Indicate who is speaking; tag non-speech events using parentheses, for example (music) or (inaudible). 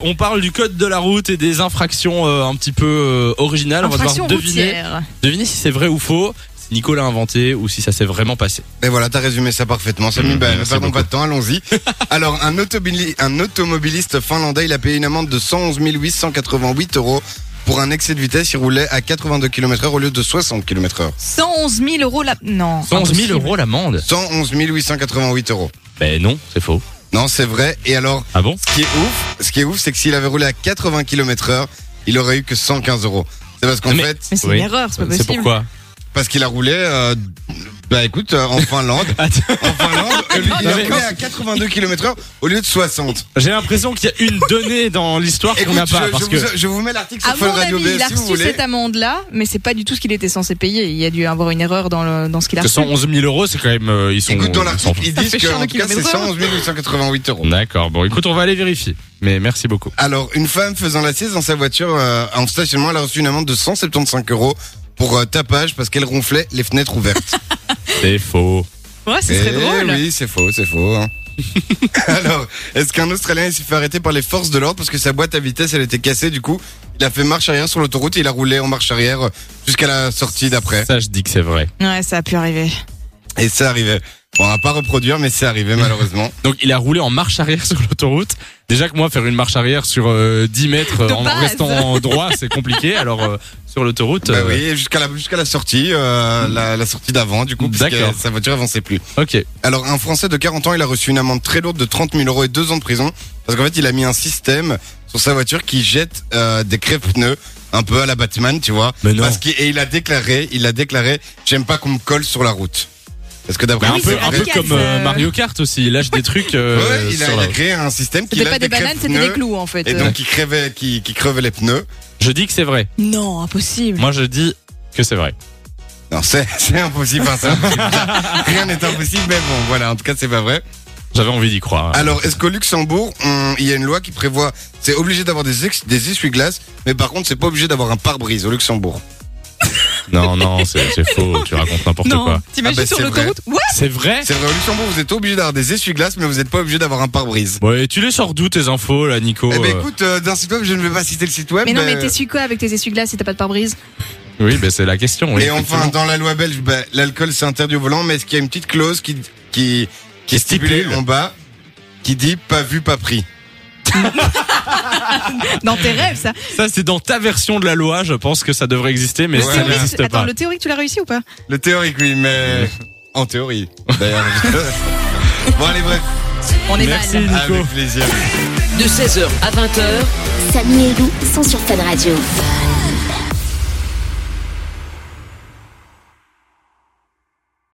Speaker 1: On parle du code de la route et des infractions euh, un petit peu euh, originales.
Speaker 2: Infraction
Speaker 1: On va devoir deviner,
Speaker 2: routière.
Speaker 1: deviner si c'est vrai ou faux, si Nico l'a inventé ou si ça s'est vraiment passé.
Speaker 3: Ben voilà, t'as résumé ça parfaitement, Samy.
Speaker 1: Mmh,
Speaker 3: ben,
Speaker 1: merci
Speaker 3: perdons
Speaker 1: beaucoup.
Speaker 3: pas de
Speaker 1: (laughs)
Speaker 3: temps, allons-y. Alors, un, automobili- un automobiliste finlandais, il a payé une amende de 111 888 euros pour un excès de vitesse. Il roulait à 82 km/h au lieu de 60 km/h.
Speaker 2: 111 000 euros la. Non.
Speaker 1: 111 000
Speaker 2: impossible.
Speaker 1: euros l'amende
Speaker 3: 111 888 euros.
Speaker 1: Ben non, c'est faux.
Speaker 3: Non, c'est vrai. Et alors,
Speaker 1: Ah bon
Speaker 3: ce qui est ouf, ce qui est ouf, c'est que s'il avait roulé à 80 km/h, il aurait eu que 115 euros. C'est parce qu'en
Speaker 1: Mais-
Speaker 3: fait,
Speaker 2: Mais c'est
Speaker 1: Oui.
Speaker 2: une erreur,
Speaker 3: Euh,
Speaker 2: c'est pas
Speaker 1: Euh, C'est
Speaker 2: possible.
Speaker 1: pourquoi
Speaker 3: parce qu'il a roulé, euh, bah écoute, euh, en Finlande,
Speaker 1: Attends,
Speaker 3: en
Speaker 1: (laughs)
Speaker 3: Finlande, lui, il
Speaker 1: Non,
Speaker 3: a
Speaker 1: mais-
Speaker 3: roulé à 82 km/h au lieu de 60.
Speaker 1: J'ai l'impression qu'il y a (laughs) une donnée dans l'histoire qu'on
Speaker 3: Écoute,
Speaker 1: n'a pas.
Speaker 3: je,
Speaker 1: parce
Speaker 3: je
Speaker 1: que...
Speaker 3: vous, je vous mets l'article sur
Speaker 2: À
Speaker 3: Fun
Speaker 2: mon
Speaker 3: Radio
Speaker 2: avis,
Speaker 3: B
Speaker 2: il a
Speaker 3: si vous
Speaker 2: reçu
Speaker 3: voulez.
Speaker 2: cette amende-là, mais c'est pas du tout ce qu'il était censé payer. Il y a dû avoir une erreur dans, le- dans ce qu'il a
Speaker 1: que
Speaker 2: reçu.
Speaker 1: 111 000 euros, c'est quand même. euh, ils sont.
Speaker 3: Écoute, dans
Speaker 1: ils sont-
Speaker 3: l'article, ils
Speaker 2: Ça
Speaker 3: disent
Speaker 2: fait
Speaker 3: que
Speaker 2: cher
Speaker 3: en
Speaker 2: le
Speaker 3: tout cas, c'est
Speaker 2: kilomètre heure.
Speaker 3: 111 888 euros.
Speaker 1: D'accord, bon écoute, on va aller vérifier. Mais merci beaucoup.
Speaker 3: Alors, une femme faisant la sieste dans sa voiture euh, en stationnement, elle a reçu une amende de 175 euros pour euh, tapage parce qu'elle ronflait les fenêtres ouvertes.
Speaker 1: C'est faux.
Speaker 2: Ouais, (laughs) ce
Speaker 3: Eh
Speaker 2: serait drôle.
Speaker 3: Oui, c'est faux, c'est
Speaker 2: (laughs)
Speaker 3: faux. hein. Alors, est-ce qu'un Australien il s'est fait arrêter par les forces de l'ordre parce que sa boîte à vitesse, elle était cassée Du coup, il a fait marche arrière sur l'autoroute et il a roulé en marche arrière euh, jusqu'à la sortie d'après.
Speaker 1: Ça, je dis que c'est vrai.
Speaker 2: Ouais, ça a pu arriver.
Speaker 3: Et c'est arrivé. Bon, on va pas reproduire, mais c'est arrivé malheureusement.
Speaker 1: Donc il a roulé en marche arrière (laughs) sur l'autoroute. Déjà que moi, faire une marche arrière sur euh, 10 mètres
Speaker 2: De
Speaker 1: en
Speaker 2: base.
Speaker 1: restant droit, c'est compliqué. Alors euh, sur l'autoroute,
Speaker 3: Bah
Speaker 1: euh,
Speaker 3: oui, jusqu'à la, jusqu'à la sortie, euh, la, la sortie d'avant, du coup, parce que
Speaker 1: D'accord.
Speaker 3: sa voiture avançait plus.
Speaker 1: ok.
Speaker 3: Alors, un Français de 40 ans, il a reçu une amende très lourde de 30 000 euros et deux ans de prison, parce qu'en fait, il a mis un système sur sa voiture qui jette euh, des crève-pneus, un peu à la Batman, tu vois.
Speaker 1: Mais non.
Speaker 3: Parce qu'il- et il a déclaré, il a déclaré, j'aime pas qu'on me colle sur la route. Parce que d'après
Speaker 1: Bah, un
Speaker 2: oui,
Speaker 3: lui,
Speaker 1: peu,
Speaker 3: c'est
Speaker 1: un
Speaker 3: vrai.
Speaker 1: peu
Speaker 2: efficace,
Speaker 1: comme euh,
Speaker 2: euh,
Speaker 1: Mario Kart aussi, il lâche des trucs. euh,
Speaker 3: Ouais, il a,
Speaker 1: sur
Speaker 3: il
Speaker 1: la
Speaker 3: a
Speaker 1: route.
Speaker 3: créé un système qui
Speaker 2: C'était
Speaker 3: lâche
Speaker 2: pas des bananes, c'était des
Speaker 3: crève-pneus,
Speaker 2: clous en fait.
Speaker 3: Et
Speaker 2: Euh,
Speaker 3: donc, qui crevait, qui, qui crevait les pneus.
Speaker 1: Je dis que c'est vrai.
Speaker 2: Non, impossible.
Speaker 1: Moi, je dis que c'est vrai.
Speaker 3: Non, c'est (laughs) c'est impossible, hein, c'est impossible. Rien n'est impossible, mais bon, voilà, en tout cas, c'est pas vrai.
Speaker 1: J'avais envie d'y croire.
Speaker 3: Alors, est-ce qu'au Luxembourg, on- il y a une loi qui prévoit, c'est obligé d'avoir des, ex- des essuie-glaces, mais par contre, c'est pas obligé d'avoir un pare-brise au Luxembourg.
Speaker 1: Non, non, c'est c'est
Speaker 3: (laughs)
Speaker 1: faux. Tu racontes n'importe
Speaker 2: Non,
Speaker 1: quoi.
Speaker 2: t'imagines
Speaker 3: Ah bah,
Speaker 2: sur
Speaker 3: c'est
Speaker 2: l'autoroute Ouais
Speaker 1: C'est vrai.
Speaker 3: C'est vrai, au Luxembourg, vous êtes obligé d'avoir des essuie-glaces, mais vous n'êtes pas obligé d'avoir un pare-brise.
Speaker 1: Ouais, et tu les sors d'où tes infos là, Nico
Speaker 3: eh ben
Speaker 1: Euh,
Speaker 3: écoute, euh, d'un site web, je ne vais pas citer le site web. euh,
Speaker 2: Mais non, mais t'essuies quoi avec tes essuie-glaces si t'as pas de pare-brise
Speaker 1: Oui, ben c'est la question. oui,
Speaker 3: Et enfin,
Speaker 1: effectivement.
Speaker 3: dans la loi belge, bah, l'alcool c'est interdit au volant, mais est-ce qu'il y a une petite clause qui, qui, qui est stipulée
Speaker 1: Stipule.
Speaker 3: en bas, qui dit pas vu, pas pris
Speaker 2: Dans tes rêves, ça.
Speaker 1: ça c'est dans ta version de la loi. Je pense que ça devrait exister, mais
Speaker 3: Le
Speaker 1: ça
Speaker 3: théorique,
Speaker 1: n'existe
Speaker 2: Attends,
Speaker 1: pas.
Speaker 2: le théorique, tu l'as réussi ou pas
Speaker 3: Le théorique, oui, mais en théorie. D'ailleurs, (laughs) bon, allez, bref,
Speaker 2: On est
Speaker 1: Merci
Speaker 2: mal.
Speaker 1: Nico.
Speaker 3: avec plaisir.
Speaker 4: de 16h à 20h.
Speaker 5: Samy et Lou sont sur Fan Radio.